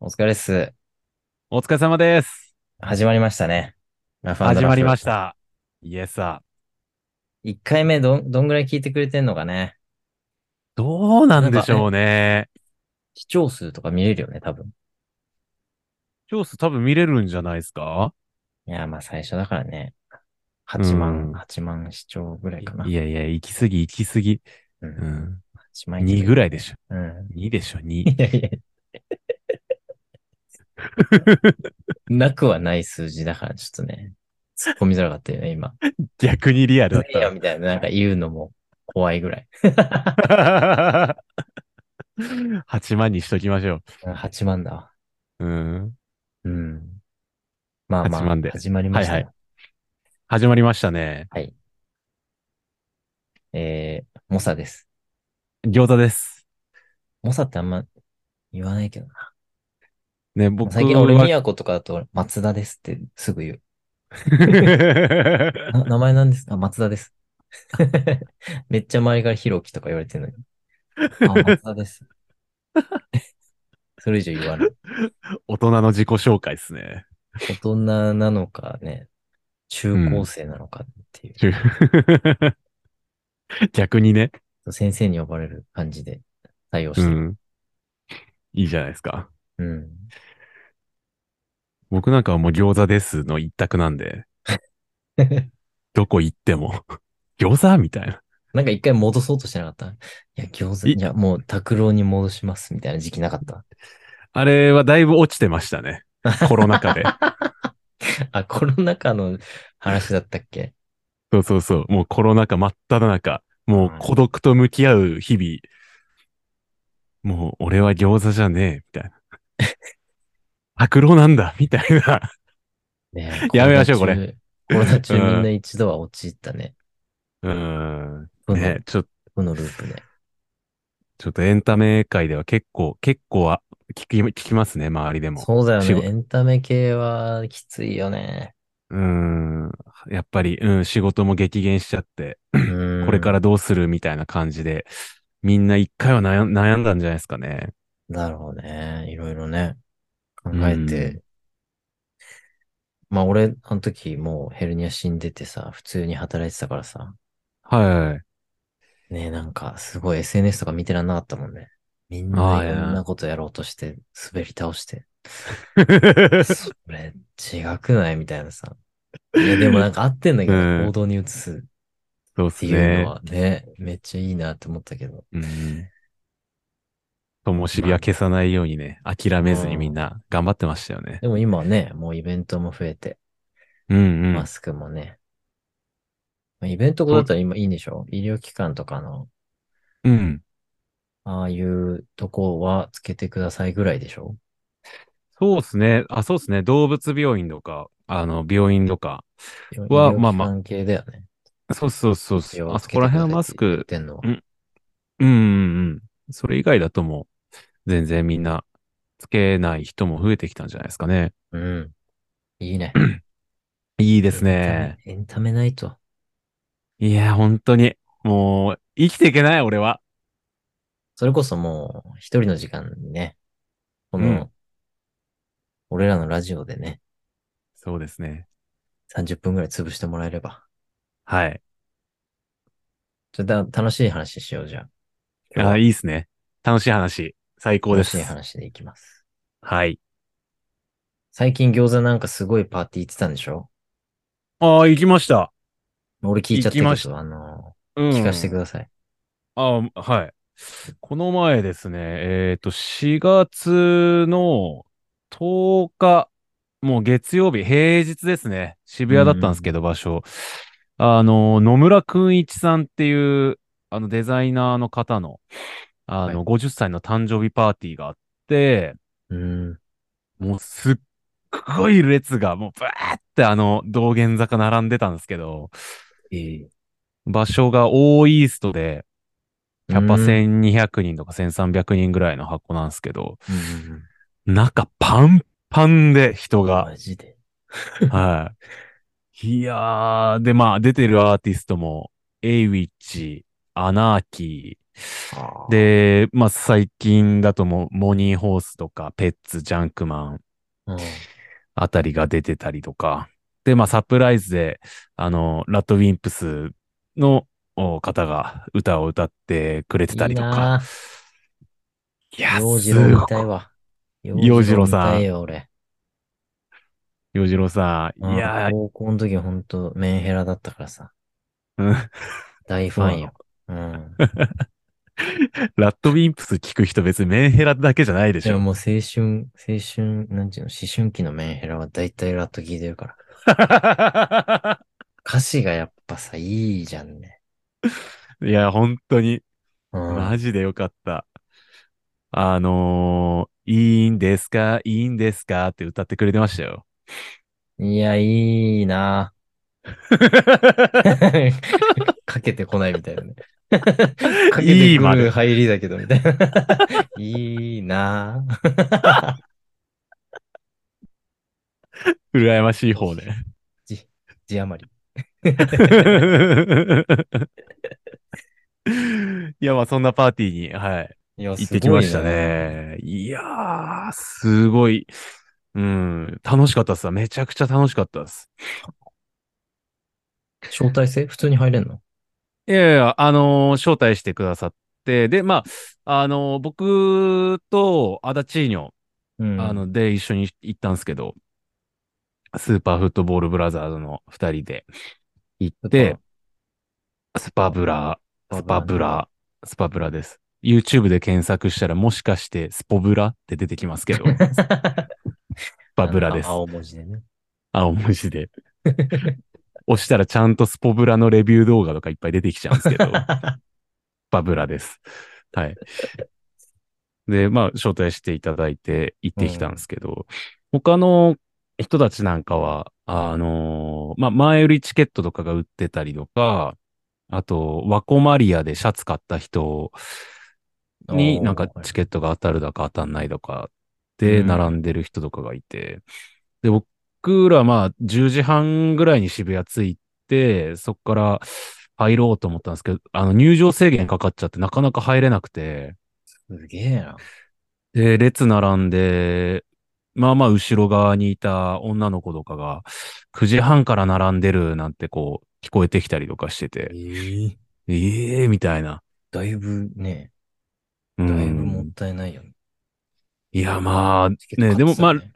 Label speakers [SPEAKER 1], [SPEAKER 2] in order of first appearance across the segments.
[SPEAKER 1] お疲れっす。
[SPEAKER 2] お疲れ様です。
[SPEAKER 1] 始まりましたね。ラフ。
[SPEAKER 2] 始まりましたた。イエスさ
[SPEAKER 1] 1回目どん、どんぐらい聞いてくれてんのかね。
[SPEAKER 2] どうなんでしょうね。
[SPEAKER 1] 視聴数とか見れるよね、多分。
[SPEAKER 2] 調査多分見れるんじゃないですか
[SPEAKER 1] いや、まあ最初だからね。8万、
[SPEAKER 2] うん
[SPEAKER 1] 8万視聴ぐらいかな。
[SPEAKER 2] いやいや、行き過ぎ、行き過ぎ。
[SPEAKER 1] う。
[SPEAKER 2] うんん。
[SPEAKER 1] 8万
[SPEAKER 2] 2ぐらいでしょ。
[SPEAKER 1] ょ。うん。
[SPEAKER 2] 2でしょ、
[SPEAKER 1] い
[SPEAKER 2] 2。
[SPEAKER 1] やいや。なくはない数字だから、ちょっとね。突っ込みづらかったよね、今。
[SPEAKER 2] 逆にリアルだっ
[SPEAKER 1] いや、みたいな、なんか言うのも怖いぐらい。
[SPEAKER 2] た。8万 にしときましょ
[SPEAKER 1] うん8万だわ。
[SPEAKER 2] う。うん。
[SPEAKER 1] うん。まあまあ、
[SPEAKER 2] 8万で
[SPEAKER 1] 始まりましたよ。
[SPEAKER 2] はい始まりましたね。
[SPEAKER 1] はい。えー、猛者です。
[SPEAKER 2] 餃子です。
[SPEAKER 1] 猛者ってあんま言わないけどな。
[SPEAKER 2] ね、僕
[SPEAKER 1] 最近俺、
[SPEAKER 2] は。
[SPEAKER 1] 宮古とかだと、松田ですってすぐ言う。な名前なんですか松田です。 めっちゃ周りからひろきとか言われてるのに。あ、松田です。 それ以上言わない。
[SPEAKER 2] 大人の自己紹介ですね。
[SPEAKER 1] 大人なのかね、中高生なのかっていう、
[SPEAKER 2] 中逆にね。
[SPEAKER 1] 先生に呼ばれる感じで対応し
[SPEAKER 2] う
[SPEAKER 1] てる。
[SPEAKER 2] ん。いいじゃないですか。
[SPEAKER 1] うん。
[SPEAKER 2] 僕なんかはもう餃子ですの一択なんで、どこ行っても、 餃子みたいな。
[SPEAKER 1] なんか一回戻そうとしてなかったいや、餃子、
[SPEAKER 2] い
[SPEAKER 1] いや、もう拓郎に戻しますみたいな時期なかった。
[SPEAKER 2] あれはだいぶ落ちてましたね。コロナ禍で。
[SPEAKER 1] あ、コロナ禍の話だったっけ
[SPEAKER 2] そうそうそう。もうコロナ禍真っ只中。もう孤独と向き合う日々。もう俺は餃子じゃねえ、みたいな。白老なんだ、みたいな。
[SPEAKER 1] ね
[SPEAKER 2] やめましょうこれ
[SPEAKER 1] れ。コロナ中み
[SPEAKER 2] うん
[SPEAKER 1] んな一度は陥ったね。
[SPEAKER 2] うーん。
[SPEAKER 1] この、
[SPEAKER 2] ね、ちょ、
[SPEAKER 1] このループね。
[SPEAKER 2] ちょっとエンタメ界では結構、結構は聞き、聞きますね、周りでも。
[SPEAKER 1] そうだよ
[SPEAKER 2] 仕
[SPEAKER 1] ね。
[SPEAKER 2] 事
[SPEAKER 1] エンタメ系はきついよね。
[SPEAKER 2] うーん。やっぱり、うん、仕事も激減しちゃって、
[SPEAKER 1] こ
[SPEAKER 2] これから。どうするみたいな感じで、みんな一回は悩ん悩んだんじゃないですかね。
[SPEAKER 1] だろうね。いろいろね。考えて。まあ俺、あの時もうヘルニア死んでてさ、普通に働いてたからさ。
[SPEAKER 2] は
[SPEAKER 1] ねえ、なんか、すごい SNS とか見てらんなかったもんね。みん
[SPEAKER 2] あ
[SPEAKER 1] な
[SPEAKER 2] あ
[SPEAKER 1] い
[SPEAKER 2] いや
[SPEAKER 1] ろんなことやろうとして、滑り倒して。
[SPEAKER 2] い。
[SPEAKER 1] それ、違くないみたいなさ。いや、でもなんか合ってんだけどね、
[SPEAKER 2] うん
[SPEAKER 1] 行動に移すっ
[SPEAKER 2] そうってす
[SPEAKER 1] いうの
[SPEAKER 2] ね。
[SPEAKER 1] はね、めっちゃいいなって思ったけど。
[SPEAKER 2] うん。ともしびは消さないようにね、諦めずにみんな頑張ってましたよね。
[SPEAKER 1] でも今はね、もうイベントも増えて、
[SPEAKER 2] うんうん
[SPEAKER 1] マ。スクもね。まあイベントだったら今いいんでしょ医療機関とかの、
[SPEAKER 2] うん。
[SPEAKER 1] ああいうとこはつけてくださいぐらいでしょ
[SPEAKER 2] そうですね。あ、そうですね。動物病院とか、あの、病院とか。
[SPEAKER 1] 医
[SPEAKER 2] は
[SPEAKER 1] 療
[SPEAKER 2] まあまあ
[SPEAKER 1] 機関系だよね。
[SPEAKER 2] そうそうそう
[SPEAKER 1] 要
[SPEAKER 2] そう。
[SPEAKER 1] は
[SPEAKER 2] あ
[SPEAKER 1] つ
[SPEAKER 2] そ
[SPEAKER 1] けてくだ
[SPEAKER 2] こら
[SPEAKER 1] さい
[SPEAKER 2] 辺はマス
[SPEAKER 1] って言っ
[SPEAKER 2] ク、
[SPEAKER 1] てんのは
[SPEAKER 2] うんうんうんうん。それ以外だともう、全然みんな、つけない人も増えてきたんじゃないですかね。
[SPEAKER 1] うん。いいね。
[SPEAKER 2] いいで
[SPEAKER 1] です
[SPEAKER 2] ね。。
[SPEAKER 1] エンタメないと。
[SPEAKER 2] いや、本当に。もう、生きていけない、俺は。
[SPEAKER 1] それこそもう、一人の時間にね、こ
[SPEAKER 2] う
[SPEAKER 1] の
[SPEAKER 2] ん、
[SPEAKER 1] 俺らのラジオでね、
[SPEAKER 2] そうですね。
[SPEAKER 1] 30分ぐらい潰してもらえれば。
[SPEAKER 2] はい。
[SPEAKER 1] ちょっとだ楽しい話しようじゃん。今日は
[SPEAKER 2] あいいですね。楽しい話。最高で
[SPEAKER 1] 楽
[SPEAKER 2] す
[SPEAKER 1] しい。話でいきます。
[SPEAKER 2] はい。
[SPEAKER 1] 最近餃子なんかすごいパーティー行ってたんでしょ
[SPEAKER 2] ああ、行きました。
[SPEAKER 1] 俺聞いちゃったけ
[SPEAKER 2] 行きまし
[SPEAKER 1] ど、あの、
[SPEAKER 2] うん
[SPEAKER 1] 聞かせてください。
[SPEAKER 2] ああ、はい。この前ですね、えっと、4月の10日、もう月曜日、平日ですね。渋谷だったんですけど、場所。あの、野村くんいちさんっていう、あの、デザイナーの方の、あの、50歳の誕生日パーティーがあって、
[SPEAKER 1] うん。
[SPEAKER 2] もうすっごい列が、もうブワーってあの、道玄坂並んでたんですけど、
[SPEAKER 1] ええ
[SPEAKER 2] 場所がオーイーストで、キャパ1200人とか1300人ぐらいの箱なんですけど、
[SPEAKER 1] うんうんうん
[SPEAKER 2] 中パンパンで人が、
[SPEAKER 1] マジで。
[SPEAKER 2] はい。いやー、で、まあ、出てるアーティストも、エイウィッチ、アナーキー、
[SPEAKER 1] で、
[SPEAKER 2] で、まあ、最近だともう、モニーホースとか、ペッツ、ジャンクマン
[SPEAKER 1] うん
[SPEAKER 2] あたりが出てたりとか、で、まあ、サプライズで、あの、ラッドウィンプスのお方が歌を歌ってくれてたりと
[SPEAKER 1] いいな
[SPEAKER 2] か。いや、
[SPEAKER 1] 洋次
[SPEAKER 2] す
[SPEAKER 1] 郎
[SPEAKER 2] ご
[SPEAKER 1] 見
[SPEAKER 2] い
[SPEAKER 1] たいわ。
[SPEAKER 2] 洋次郎
[SPEAKER 1] 洋見
[SPEAKER 2] さん
[SPEAKER 1] たいよ、俺。
[SPEAKER 2] 洋次郎さん、
[SPEAKER 1] うん
[SPEAKER 2] いやー、
[SPEAKER 1] 高校の時ほんとメンヘラだったからさ。
[SPEAKER 2] うん
[SPEAKER 1] 大ファンよ。うん。
[SPEAKER 2] ラッドウィンプス聞く人別にメンヘラだけじゃないで
[SPEAKER 1] い
[SPEAKER 2] し
[SPEAKER 1] や、
[SPEAKER 2] ょ。
[SPEAKER 1] もう青春、青春、なんていうの、思春期のメンヘラは大体ラット聞いてるから。歌詞がやっぱさ、いいじゃんね。
[SPEAKER 2] いや、本当に、
[SPEAKER 1] うん。
[SPEAKER 2] マジでよかった。あのー、いいんですかいいんですかって歌ってくれてました よ。
[SPEAKER 1] いや、いい なかけてこないみたいな ね。かけ
[SPEAKER 2] い
[SPEAKER 1] て
[SPEAKER 2] い
[SPEAKER 1] く
[SPEAKER 2] まで
[SPEAKER 1] る入りだけど、みたいな。いいな
[SPEAKER 2] 羨ましい方ね。
[SPEAKER 1] 字余り。
[SPEAKER 2] いや、まあそんなパーティーに、はい、
[SPEAKER 1] いや、
[SPEAKER 2] 行っ
[SPEAKER 1] す
[SPEAKER 2] てき
[SPEAKER 1] ご
[SPEAKER 2] ま
[SPEAKER 1] い
[SPEAKER 2] した
[SPEAKER 1] な。
[SPEAKER 2] ね。いやー、すごい。うん、楽しかったっすわ。めちゃくちゃ楽しかったっす。
[SPEAKER 1] 招待制普通に入れんの
[SPEAKER 2] いやいや、あのー招待してくださって、で、まあ、あのー僕とアダチーニョ、
[SPEAKER 1] うん。
[SPEAKER 2] あ、の、で一緒に行ったんですけど、スーパーフットボールブラザーズの二人で行って、スパブラ、スパブラ、スパブラです。YouTube で検索したらもしかしてスポブラって出てきますけど、ス パブラです
[SPEAKER 1] あ。青文字でね。
[SPEAKER 2] 青文字で。押したらちゃんとスポブラのレビュー動画とかいっぱい出てきちゃうんですけど、スパブラです。はい。で、まあ、招待していただいて行ってきたんですけど、他の人たちなんかは、あのーまあ、前売りチケットとかが売ってたりとか、あと、ワコマリアでシャツ買った人に
[SPEAKER 1] おー
[SPEAKER 2] なんかチケットが当たるだか当たんないだかで
[SPEAKER 1] うん
[SPEAKER 2] 並んでる人とかがいて、で、僕らまあ10時半ぐらいに渋谷着いて、そこから入ろうと思ったんですけど、あの入場制限かかっちゃってなかなか入れなくて、
[SPEAKER 1] すげえな。
[SPEAKER 2] で、列並んで、まあまあ後ろ側にいた女の子とかが9時半から並んでるなんてこう聞こえてきたりとかしてて、
[SPEAKER 1] ええ
[SPEAKER 2] ええー、みたいな。
[SPEAKER 1] だいぶね、
[SPEAKER 2] う
[SPEAKER 1] だ
[SPEAKER 2] ん
[SPEAKER 1] いぶもったいないよね。
[SPEAKER 2] いや、まあ、
[SPEAKER 1] チケット
[SPEAKER 2] ねでもまあ
[SPEAKER 1] 買っ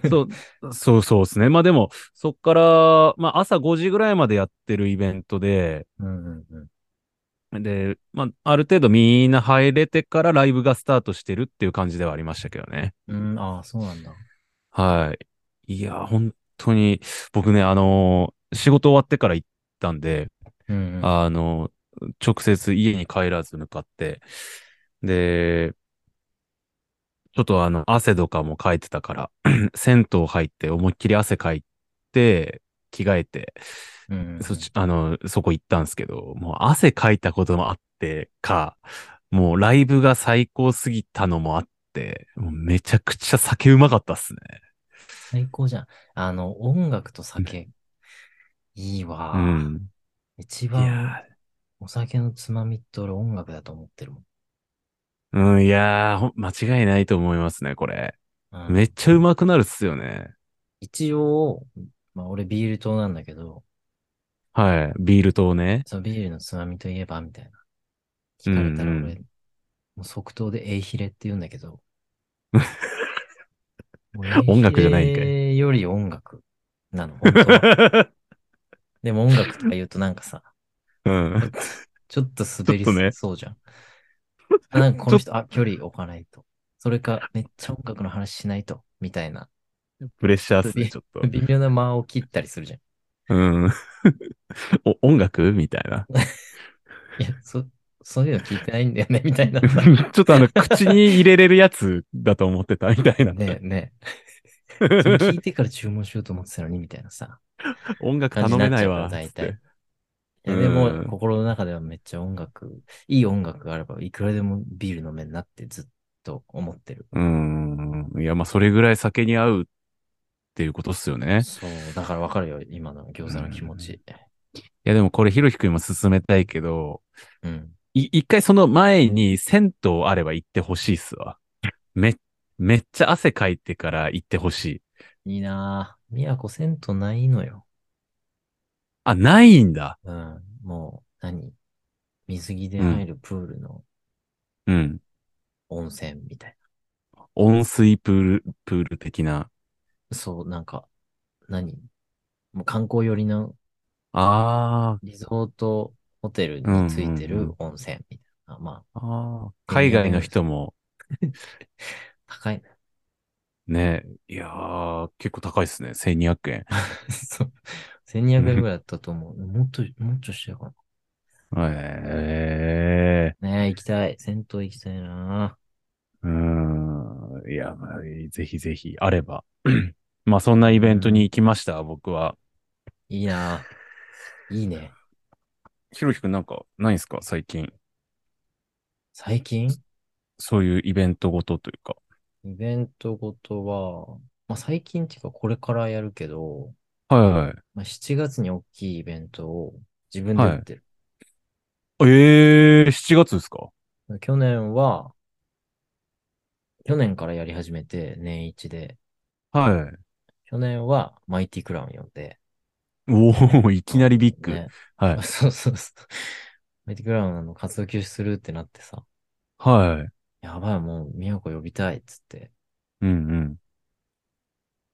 [SPEAKER 1] てた よね
[SPEAKER 2] そう、そうそうですね。まあでも、そっから、まあ朝5時ぐらいまでやってるイベントで、
[SPEAKER 1] うんうんうん
[SPEAKER 2] で、まあある程度みんな入れてからライブがスタートしてるっていう感じではありましたけどね。
[SPEAKER 1] うん、ああ、そうなんだ。
[SPEAKER 2] はい。いや、本当に、僕ね、あのー仕事終わってから行ったんで、
[SPEAKER 1] うんうん、
[SPEAKER 2] あの、直接家に帰らず向かって、で、ちょっとあの、汗とかもかいてたから、 銭湯入って思いっきり汗かいて、着替えて、
[SPEAKER 1] うんうんうん
[SPEAKER 2] そっち、あの、そこ行ったんですけど、もう汗かいたこともあってか、もうライブが最高すぎたのもあって、もうめちゃくちゃ酒うまかったっすね。
[SPEAKER 1] 最高じゃん。あの、音楽と酒、いいわ。
[SPEAKER 2] うん。
[SPEAKER 1] 一
[SPEAKER 2] い
[SPEAKER 1] 番
[SPEAKER 2] や
[SPEAKER 1] お酒のつまみって俺音楽だと思ってるもん。
[SPEAKER 2] ー、うん、いやーほん間違いないと思いますね、これ。
[SPEAKER 1] うん
[SPEAKER 2] めっちゃうまくなるっすよね。
[SPEAKER 1] 一応、まあ俺ビール党なんだけど、
[SPEAKER 2] はい。ビール糖ね。
[SPEAKER 1] そのビールのつまみといえばみたいな。聞かれたら俺、
[SPEAKER 2] うんうん
[SPEAKER 1] もう即答でエイヒレって言うんだけ ど。
[SPEAKER 2] 音楽じゃないんかい
[SPEAKER 1] エイヒレより音楽なの、本当 はでも音楽とか言うとなんかさ、
[SPEAKER 2] うん。
[SPEAKER 1] ちょっと滑り
[SPEAKER 2] ちょっとね
[SPEAKER 1] そうじゃん。あなんかこの人、あ、距離置かないと。それか、めっちゃ音楽の話しないと、みたいな。
[SPEAKER 2] プレッシャーっすね、ちょっと。
[SPEAKER 1] 微妙な間を切ったりするじゃん。
[SPEAKER 2] うん。 お、音楽みたいな。
[SPEAKER 1] いや、そ、そういうの聞いてないんだよね、みた いなさ。
[SPEAKER 2] ちょっとあの、口に入れれるやつだと思ってたみたいな。
[SPEAKER 1] ねえねえ。それ聞いてから注文しようと思ってたのに、みたいなさ。
[SPEAKER 2] 音楽
[SPEAKER 1] 感じ
[SPEAKER 2] 頼
[SPEAKER 1] にな
[SPEAKER 2] め
[SPEAKER 1] っち
[SPEAKER 2] ない
[SPEAKER 1] ゃうから
[SPEAKER 2] わ。
[SPEAKER 1] 大
[SPEAKER 2] つって
[SPEAKER 1] 体。いやで
[SPEAKER 2] うん
[SPEAKER 1] も、心の中ではめっちゃ音楽、いい音楽があれば、いくらでもビール飲めんなってずっと思ってる。
[SPEAKER 2] うーん。いや、まあ、それぐらい酒に合うっていうことっすよね。
[SPEAKER 1] そう、だからわかるよ、今の餃子の気持ち。
[SPEAKER 2] いや、でもこれ、ひろひくんも勧めたいけど、
[SPEAKER 1] うん。
[SPEAKER 2] い一回その前に銭湯あれば行ってほしいっすわ。め、めっちゃ汗かいてから行ってほしい。
[SPEAKER 1] いいなぁ。宮古銭湯ないのよ。
[SPEAKER 2] あ、ないんだ。
[SPEAKER 1] うん。もう、何水着で入るプールの
[SPEAKER 2] うん。
[SPEAKER 1] 温泉みたい
[SPEAKER 2] 温水プール、プール的な。
[SPEAKER 1] な。そう、なんか、何もう観光寄りの
[SPEAKER 2] あ
[SPEAKER 1] リゾートホテルについて
[SPEAKER 2] うんうんう
[SPEAKER 1] る
[SPEAKER 2] ん
[SPEAKER 1] 温泉みたいな。まあ、
[SPEAKER 2] あ、ああ。海外の人も
[SPEAKER 1] 高い
[SPEAKER 2] ね、いやー、結構高いっすね。1200円。
[SPEAKER 1] な。 そう。1200円ぐらいだったと思う。もっと、もっとしてるか
[SPEAKER 2] ええ
[SPEAKER 1] な。ねえ、行きたい。銭湯行きたいな
[SPEAKER 2] うーん。いや、まあぜひぜひ、あれば。 まあ、そんなイベントに行きました、僕は。
[SPEAKER 1] いいなぁ。いいね。
[SPEAKER 2] ひろきくんなんか、ないんすか最近。
[SPEAKER 1] 最近
[SPEAKER 2] そういうイベントごとというか。
[SPEAKER 1] イベントごとは、まあ、最近っていうかこれからやるけど、
[SPEAKER 2] はいはい。
[SPEAKER 1] まあ、7月に大きいイベントを自分でやってる。
[SPEAKER 2] ええー、7月ですか
[SPEAKER 1] 去年は、去年からやり始めて年一で、
[SPEAKER 2] は
[SPEAKER 1] 去年はマイティクラウン呼んで、
[SPEAKER 2] い。おお、いきなりビッグ。
[SPEAKER 1] ね、
[SPEAKER 2] はい。
[SPEAKER 1] そうそうそう。マイティクラウンあの活動休止するってなってさ、
[SPEAKER 2] はい。
[SPEAKER 1] やばい、もう宮古呼びたいっつって、
[SPEAKER 2] うんうん。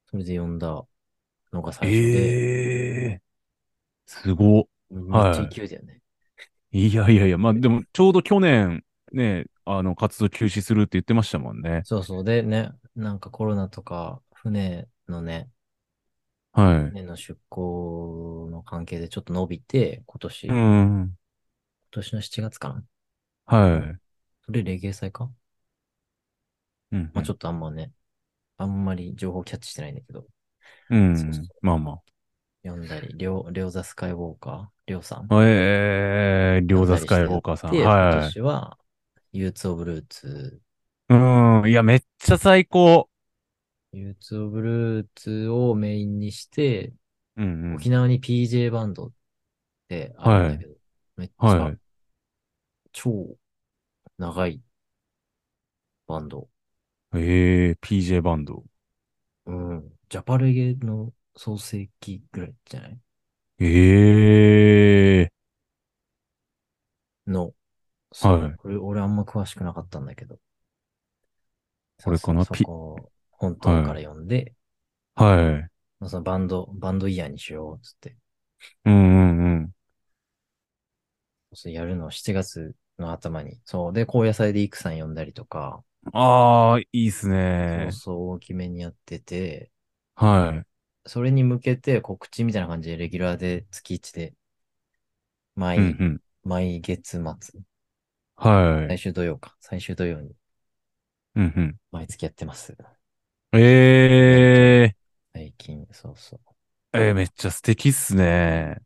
[SPEAKER 1] それで呼んだのが最初で、
[SPEAKER 2] ええー、すごっ。
[SPEAKER 1] めっちゃ勢いだよね。
[SPEAKER 2] いやいやいや、まあでも、ちょうど去年、ね、あの、活動休止するって言ってましたもんね。
[SPEAKER 1] そうそう。でね、なんかコロナとか船のね、
[SPEAKER 2] は
[SPEAKER 1] 船の出港の関係でちょっと伸びて、今年、
[SPEAKER 2] い。う
[SPEAKER 1] 今
[SPEAKER 2] ん。
[SPEAKER 1] 年の7月かな
[SPEAKER 2] はい。
[SPEAKER 1] それレゲエ祭か、
[SPEAKER 2] うん。
[SPEAKER 1] まあちょ
[SPEAKER 2] っ
[SPEAKER 1] っとあんまね、あんまり情報キャッチしてないんだけど、
[SPEAKER 2] と。うん
[SPEAKER 1] そうそう。
[SPEAKER 2] まあま
[SPEAKER 1] 読んだり、りょう、りょうざスカイウォーカー、りょうさん。
[SPEAKER 2] あ。ええー、両座スカイウォーカーさん。
[SPEAKER 1] で、今
[SPEAKER 2] は
[SPEAKER 1] 年は、ユーツオブルーツ、
[SPEAKER 2] い。うん。いや、めっちゃ最高。
[SPEAKER 1] ユーツオブルーツをメインにして、
[SPEAKER 2] うん
[SPEAKER 1] 沖縄に PJ バンドってあるんだけど、めっちゃ、
[SPEAKER 2] はいはい
[SPEAKER 1] 超長いバンド。
[SPEAKER 2] うん。ええー、PJ バンド。
[SPEAKER 1] うん。ジャパレゲの創世記ぐらいじゃない
[SPEAKER 2] ええ
[SPEAKER 1] の。そう
[SPEAKER 2] はい
[SPEAKER 1] これ、俺あんま詳しくなかったんだけど。
[SPEAKER 2] これかな
[SPEAKER 1] そうそうそ
[SPEAKER 2] ピ
[SPEAKER 1] こを本当から読んで、
[SPEAKER 2] ー、はい。
[SPEAKER 1] まあそのバンド、バンドイヤーにしようっつって。
[SPEAKER 2] うんうんうん。
[SPEAKER 1] そうやるのを7月の頭に。そう。で、高野菜でイクさん呼んだりとか、
[SPEAKER 2] ああ、いいっす
[SPEAKER 1] そ
[SPEAKER 2] ね。
[SPEAKER 1] うそう大きめにやってて、
[SPEAKER 2] はい。
[SPEAKER 1] それに向けて告知みたいな感じでレギュラーで月1で、毎、
[SPEAKER 2] うんうん。
[SPEAKER 1] 毎月末、
[SPEAKER 2] はい。
[SPEAKER 1] 最終土曜か、最終土曜に
[SPEAKER 2] うんうん。
[SPEAKER 1] 毎月やってます。
[SPEAKER 2] ええ
[SPEAKER 1] 最近、そうそう。
[SPEAKER 2] ー、えー、めっちゃ素敵っすね。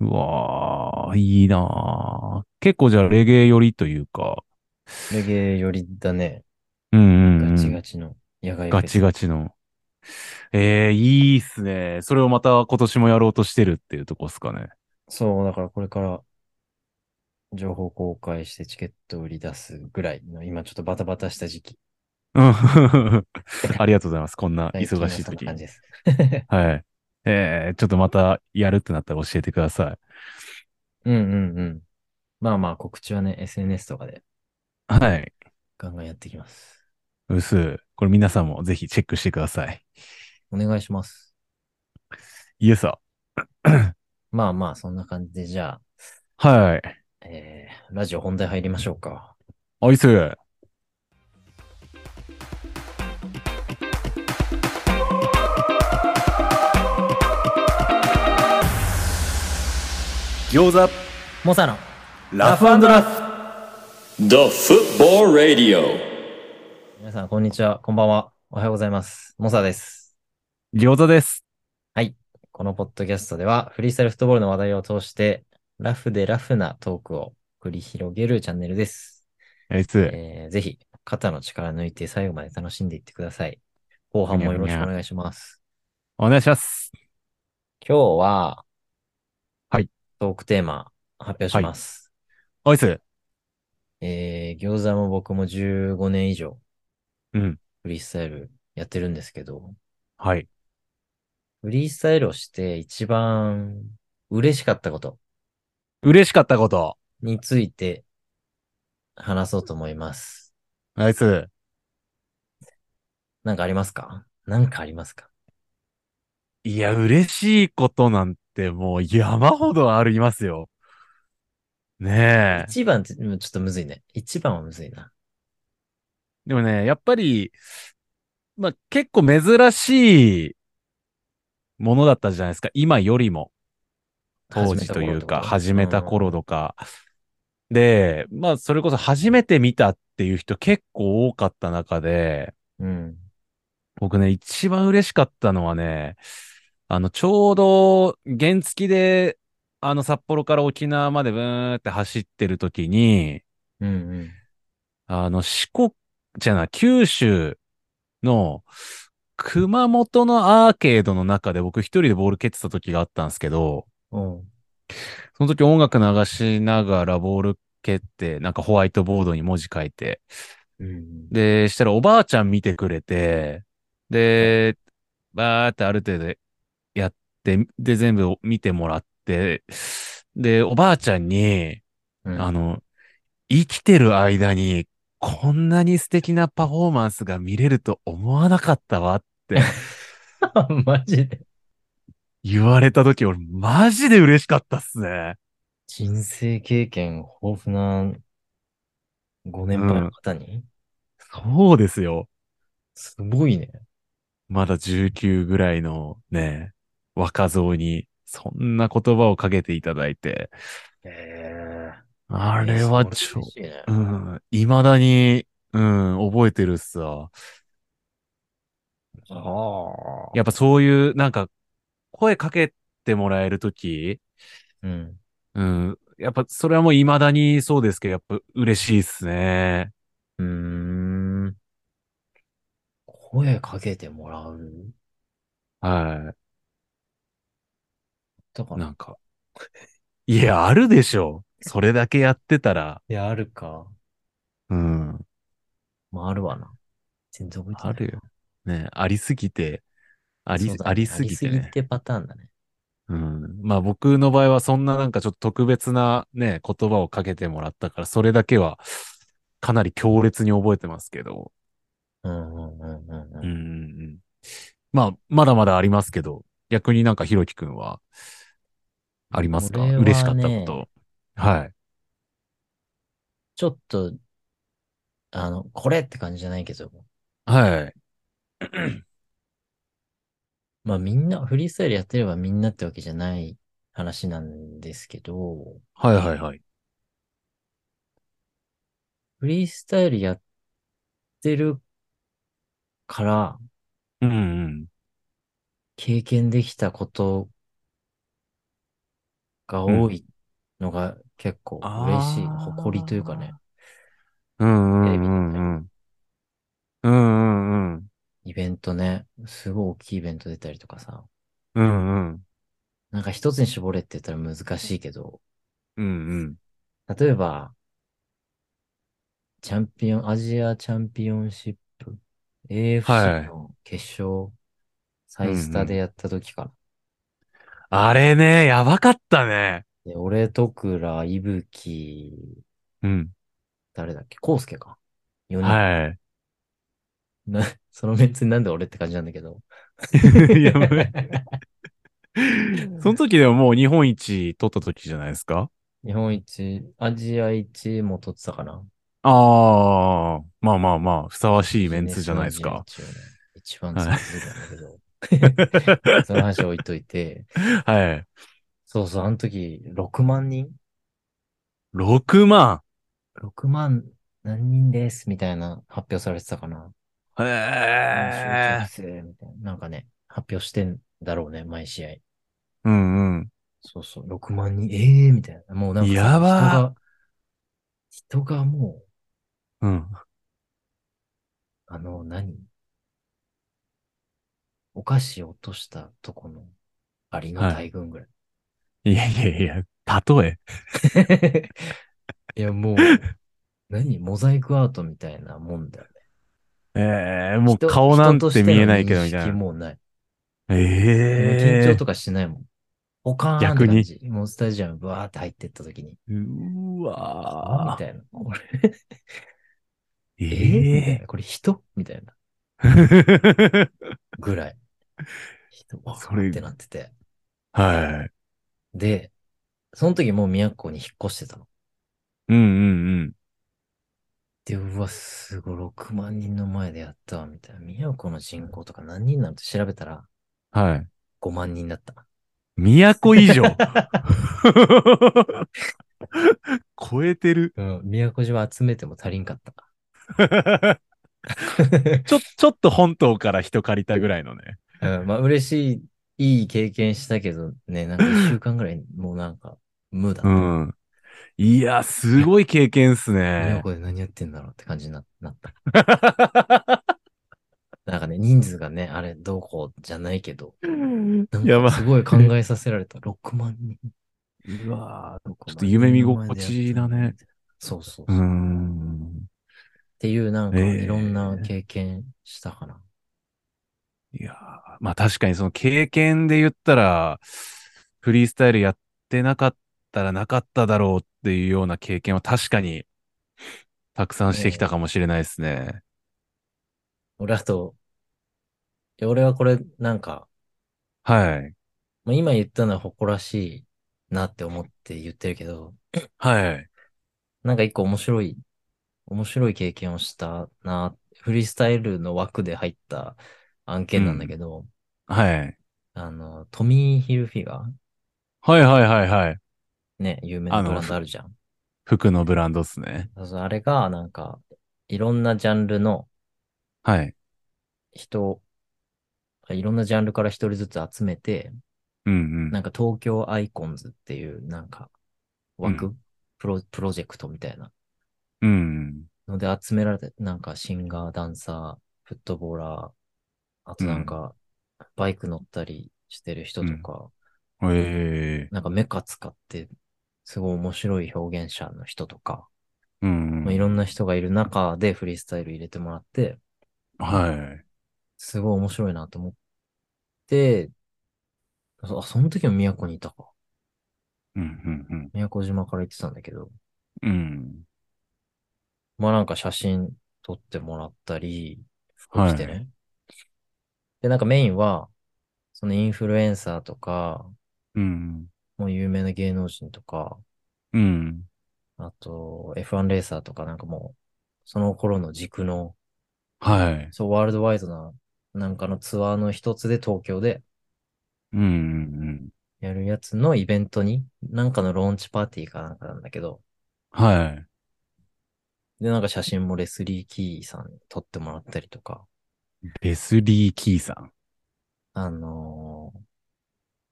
[SPEAKER 2] うわー、いいなー。結構じゃあレゲエ寄りというか。
[SPEAKER 1] レゲエ寄りだね。
[SPEAKER 2] うんうん、うん。
[SPEAKER 1] ガチガチの野外フェス
[SPEAKER 2] ガチガチの。ええいいっすね。それをまた今年もやろうとしてるっていうとこっすかね。
[SPEAKER 1] そう、だからこれから情報公開してチケット売り出すぐらいの、今ちょっとバタバタした時期。
[SPEAKER 2] うん ありがとうございます。こ んな
[SPEAKER 1] 最近は
[SPEAKER 2] 忙しい
[SPEAKER 1] そんな
[SPEAKER 2] 時に
[SPEAKER 1] 感。じです。
[SPEAKER 2] はい。ええちょっとまたやるってなったら教えてくださ
[SPEAKER 1] うんうんうん。まあまあ告知はね、SNS とかで
[SPEAKER 2] い。はい。
[SPEAKER 1] ガンガンやっていきます。
[SPEAKER 2] うす。これ皆さんもぜひチェックしてください。
[SPEAKER 1] お願いします。
[SPEAKER 2] イエスさ。
[SPEAKER 1] まあまあ、そんな感じで、じゃ
[SPEAKER 2] はい。
[SPEAKER 1] あ、えー、ラジオ本題入りましょうか。
[SPEAKER 2] アイス。
[SPEAKER 3] Gyoza
[SPEAKER 1] モサの
[SPEAKER 3] Laugh and Laugh The Football Radio
[SPEAKER 1] 皆さん、こんにちは。こんばんは。おはようございます。モサです。
[SPEAKER 2] 餃子です。
[SPEAKER 1] このポッドキャストでは、フリースタイルフットボールの話題を通して、ラフでラフなトークを繰り広げるチャンネルです。
[SPEAKER 2] アイス。
[SPEAKER 1] えー、ぜひ、肩の力抜いて最後まで楽しんでいってください。後半もよろしくお願いします。
[SPEAKER 2] お願いします。
[SPEAKER 1] 今日は、
[SPEAKER 2] はい。
[SPEAKER 1] トークテーマ発表します。
[SPEAKER 2] アイス。
[SPEAKER 1] えー、餃子も僕も15年以上
[SPEAKER 2] うん。
[SPEAKER 1] フリースタイルやってるんですけど、
[SPEAKER 2] はい。
[SPEAKER 1] フリースタイルをして一番嬉しかったこと
[SPEAKER 2] 嬉しかったこと。
[SPEAKER 1] について話そうと思います。
[SPEAKER 2] ナイス。
[SPEAKER 1] なんかありますかなんかありますか
[SPEAKER 2] いや、嬉しいことなんてもう山ほどありますよ。ねえ。
[SPEAKER 1] 一番って、うんちょっとむずいね。一番はむずいな。
[SPEAKER 2] でもね、やっぱり、まあ結構珍しいものだったじゃないですか。今よりも。当時というか、始めた頃
[SPEAKER 1] と
[SPEAKER 2] とか。で、まあそれこそ初めて見たっていう人結構多かった中で、
[SPEAKER 1] うん。うん
[SPEAKER 2] 僕ね、一番嬉しかったのはね、あの、ちょうど原付で、あの、札幌から沖縄までブーンって走ってる時に、
[SPEAKER 1] うんうん。
[SPEAKER 2] あの、四国、じゃない、九州の熊本のアーケードの中で僕一人でボール蹴ってた時があったんですけど、
[SPEAKER 1] おう
[SPEAKER 2] その時音楽流しながらボール蹴って、なんかホワイトボードに文字書いて、
[SPEAKER 1] うんうん。
[SPEAKER 2] で、したらおばあちゃん見てくれて、で、バーってある程度やって、で、全部見てもらって、で、おばあちゃんに、
[SPEAKER 1] うん
[SPEAKER 2] あの、生きてる間に、こんなに素敵なパフォーマンスが見れると思わなかったわって
[SPEAKER 1] マジで。
[SPEAKER 2] 言われた時、俺マジで嬉しかったっすね。
[SPEAKER 1] 人生経験豊富なご年配の方に、
[SPEAKER 2] そうですよ。
[SPEAKER 1] すごいね。
[SPEAKER 2] まだ19ぐらいのね、若造に、そんな言葉をかけていただいて、
[SPEAKER 1] へえ。
[SPEAKER 2] あれは
[SPEAKER 1] え
[SPEAKER 2] ち
[SPEAKER 1] そ
[SPEAKER 2] ょ
[SPEAKER 1] れ、嬉しいね
[SPEAKER 2] うん、未だに、うん、覚えてるっすわ。
[SPEAKER 1] あ
[SPEAKER 2] やっぱそういう、なんか、声かけてもらえるとき、
[SPEAKER 1] あ。うん。
[SPEAKER 2] うん、やっぱそれはもう未だにそうですけど、やっぱ嬉しいっすね。
[SPEAKER 1] うーん。声かけてもらう
[SPEAKER 2] は
[SPEAKER 1] だか
[SPEAKER 2] い。
[SPEAKER 1] ら
[SPEAKER 2] な。んか。いや、あるでしょ。それだけやってたら、
[SPEAKER 1] いや、あるか。
[SPEAKER 2] うん、
[SPEAKER 1] まあ、あるわな。全然覚えてな
[SPEAKER 2] あ
[SPEAKER 1] い。
[SPEAKER 2] るよ。ね、ありすぎて、あり、
[SPEAKER 1] そうだね
[SPEAKER 2] ありすぎ
[SPEAKER 1] あ
[SPEAKER 2] て
[SPEAKER 1] りすぎ
[SPEAKER 2] ね。
[SPEAKER 1] てパターンだね。
[SPEAKER 2] うん。まあ僕の場合はそんななんかちょっと特別なね、言葉をかけてもらったから、それだけはかなり強烈に覚えてますけど。
[SPEAKER 1] うんうんうんうん
[SPEAKER 2] う
[SPEAKER 1] うん。
[SPEAKER 2] ん。まあ、まだまだありますけど、逆になんかひろきくんはありますか、
[SPEAKER 1] 俺はね
[SPEAKER 2] 嬉しかったこと。はい。
[SPEAKER 1] ちょっと、あの、これって感じじゃないけど、
[SPEAKER 2] はい。
[SPEAKER 1] まあみんな、フリースタイルやってればみんなってわけじゃない話なんですけど、
[SPEAKER 2] はいはいはい。
[SPEAKER 1] フリースタイルやってるから
[SPEAKER 2] うんうん。
[SPEAKER 1] 経験できたことが多いのが結構嬉しい、
[SPEAKER 2] あー
[SPEAKER 1] 誇りというかね、
[SPEAKER 2] うんう
[SPEAKER 1] テレ
[SPEAKER 2] ん
[SPEAKER 1] ビ
[SPEAKER 2] う
[SPEAKER 1] で見た
[SPEAKER 2] んうん。うんうんうん。
[SPEAKER 1] イベントね、すごい大きいイベント出たりとかさ、
[SPEAKER 2] うんうん。
[SPEAKER 1] なんか一つに絞れって言ったら難しいけど、
[SPEAKER 2] うんうん。
[SPEAKER 1] 例えば、チャンピオン、アジアチャンピオンシップ、
[SPEAKER 2] はい
[SPEAKER 1] AFC の決勝、サイスタでやった時かな。
[SPEAKER 2] あれね、やばかったね。
[SPEAKER 1] で俺、徳良、伊吹、
[SPEAKER 2] うん。
[SPEAKER 1] 誰だっけ康介か。4人。
[SPEAKER 2] はい。
[SPEAKER 1] な そのメンツになんで俺って感じなんだけど。
[SPEAKER 2] いやばいその時でももう日本一取った時じゃないですか
[SPEAKER 1] 日本一、アジア一も取ってたかな。
[SPEAKER 2] ああ、まあまあまあ、ふさわしいメンツじゃないですか。
[SPEAKER 1] 一応ね一番強いんだけど。その話は置いといて。
[SPEAKER 2] はい。
[SPEAKER 1] そうそう、あの時、6万人
[SPEAKER 2] 6万。
[SPEAKER 1] 6万何人ですみたいな発表されてたかな。
[SPEAKER 2] へえ。
[SPEAKER 1] 集客数みたいな。なんかね、発表してんだろうね、毎試合。
[SPEAKER 2] うんうん。
[SPEAKER 1] そうそう、6万人、ええー、みたいな。もうなんかさ
[SPEAKER 2] やば
[SPEAKER 1] 人が、人がもう、
[SPEAKER 2] うん。
[SPEAKER 1] あの、何お菓子落としたとこのアリの大群ぐらい。
[SPEAKER 2] いやいやいや、例え。
[SPEAKER 1] い、や、もう、何モザイクアートみたいなもんだよね。
[SPEAKER 2] ええもう
[SPEAKER 1] 人
[SPEAKER 2] 顔なん
[SPEAKER 1] 人と
[SPEAKER 2] て
[SPEAKER 1] しの
[SPEAKER 2] 見えないけど、みた
[SPEAKER 1] 認
[SPEAKER 2] い
[SPEAKER 1] 識
[SPEAKER 2] な。
[SPEAKER 1] もうない。緊
[SPEAKER 2] ええ
[SPEAKER 1] 張とかしないもん。おかーんって
[SPEAKER 2] 逆に
[SPEAKER 1] 感じ。もうスタジアムバーって入ってった時に、
[SPEAKER 2] う
[SPEAKER 1] あみ
[SPEAKER 2] わー
[SPEAKER 1] たいな。これ、えーみたい
[SPEAKER 2] え
[SPEAKER 1] な。これ人みたいな。
[SPEAKER 2] え
[SPEAKER 1] ぐらい。人わ
[SPEAKER 2] それ
[SPEAKER 1] ーってなってて。
[SPEAKER 2] はい。
[SPEAKER 1] で、その時もう宮古に引っ越してたの。
[SPEAKER 2] うんうん
[SPEAKER 1] で、うわ、すごい、6万人の前でやったわ、みたいな。宮古の人口とか何人なのって調べたら、
[SPEAKER 2] うん。はい。
[SPEAKER 1] 5万人だった。
[SPEAKER 2] 都以上。超えてる。
[SPEAKER 1] うん、宮古島集めても足りんかった。
[SPEAKER 2] ちょ、ちょっと本島から人借りたぐらいのね。
[SPEAKER 1] うん、まあ嬉しい、いい経験したけどね、なんか1週間ぐらいもうなんか無だ。
[SPEAKER 2] うん。いや、すごい経験っす
[SPEAKER 1] 宮
[SPEAKER 2] ね。
[SPEAKER 1] 古で何やってんだろうって感じにななった。 なんかね、人数がね、あれどうこうじゃないけど、なん
[SPEAKER 2] やば
[SPEAKER 1] か
[SPEAKER 2] い
[SPEAKER 1] すごい考えさせられた。6万人。
[SPEAKER 2] うわ
[SPEAKER 1] ちょ
[SPEAKER 2] ちょっと夢見心地だね。
[SPEAKER 1] そうそう
[SPEAKER 2] ーう
[SPEAKER 1] そう。っ
[SPEAKER 2] ん。
[SPEAKER 1] ていうなんか
[SPEAKER 2] えー
[SPEAKER 1] いろんな経験したかな。
[SPEAKER 2] いやーまあ確かにその経験で言ったら、フリースタイルやってなかったらなかっただろうっていうような経験は確かにたくさんしてきたかもしれないですね。
[SPEAKER 1] 俺あと、いや俺はこれなんか、
[SPEAKER 2] はい。
[SPEAKER 1] まあ、今言ったのは誇らしいなって思って言ってるけど、
[SPEAKER 2] はい。
[SPEAKER 1] なんか一個面白い、面白い経験をしたな。フリースタイルの枠で入った案件なんだけど、
[SPEAKER 2] はい。
[SPEAKER 1] あの、トミー・ヒルフィガー、
[SPEAKER 2] はいはいはいはい。
[SPEAKER 1] ね、有名な
[SPEAKER 2] あの
[SPEAKER 1] ブランドあるじゃん。
[SPEAKER 2] 服のブランドっすね。
[SPEAKER 1] そうそうあれが、なんか、いろんなジャンルの
[SPEAKER 2] はい。
[SPEAKER 1] 人、いろんなジャンルから一人ずつ集めて、
[SPEAKER 2] うんうん。
[SPEAKER 1] なんか東京アイコンズっていう、なんか、枠、
[SPEAKER 2] う
[SPEAKER 1] プロ、プロジェクトみたいな
[SPEAKER 2] うん。
[SPEAKER 1] ので集められて、なんかシンガー、ダンサー、フットボーラー、あとなんか、バイク乗ったりしてる人とか、
[SPEAKER 2] ええ
[SPEAKER 1] なんかメカ使って、すごい面白い表現者の人とか、
[SPEAKER 2] うん
[SPEAKER 1] まあ、いろんな人がいる中でフリースタイル入れてもらって、
[SPEAKER 2] はい。
[SPEAKER 1] すごい面白いなと思って、そあ、その時も宮古にいたか。
[SPEAKER 2] うんうん
[SPEAKER 1] 宮古島から行ってたんだけど、
[SPEAKER 2] うん。うん。
[SPEAKER 1] まあなんか写真撮ってもらったり、服着てね。
[SPEAKER 2] は
[SPEAKER 1] で、なんかメインは、そのインフルエンサーとか、
[SPEAKER 2] うん。
[SPEAKER 1] もう有名な芸能人とか、
[SPEAKER 2] うん。
[SPEAKER 1] あと F1 レーサーとかなんかもう、その頃の軸の、
[SPEAKER 2] はい。
[SPEAKER 1] そうワールドワイドな、なんかのツアーの一つで東京で
[SPEAKER 2] うんうんうん。
[SPEAKER 1] やるやつのイベントに、なんかのローンチパーティーかなんかなんだけど、
[SPEAKER 2] はい。
[SPEAKER 1] で、なんか写真もレスリー・キーさんに撮ってもらったりとか、
[SPEAKER 2] レスリー・キーさん。
[SPEAKER 1] あのー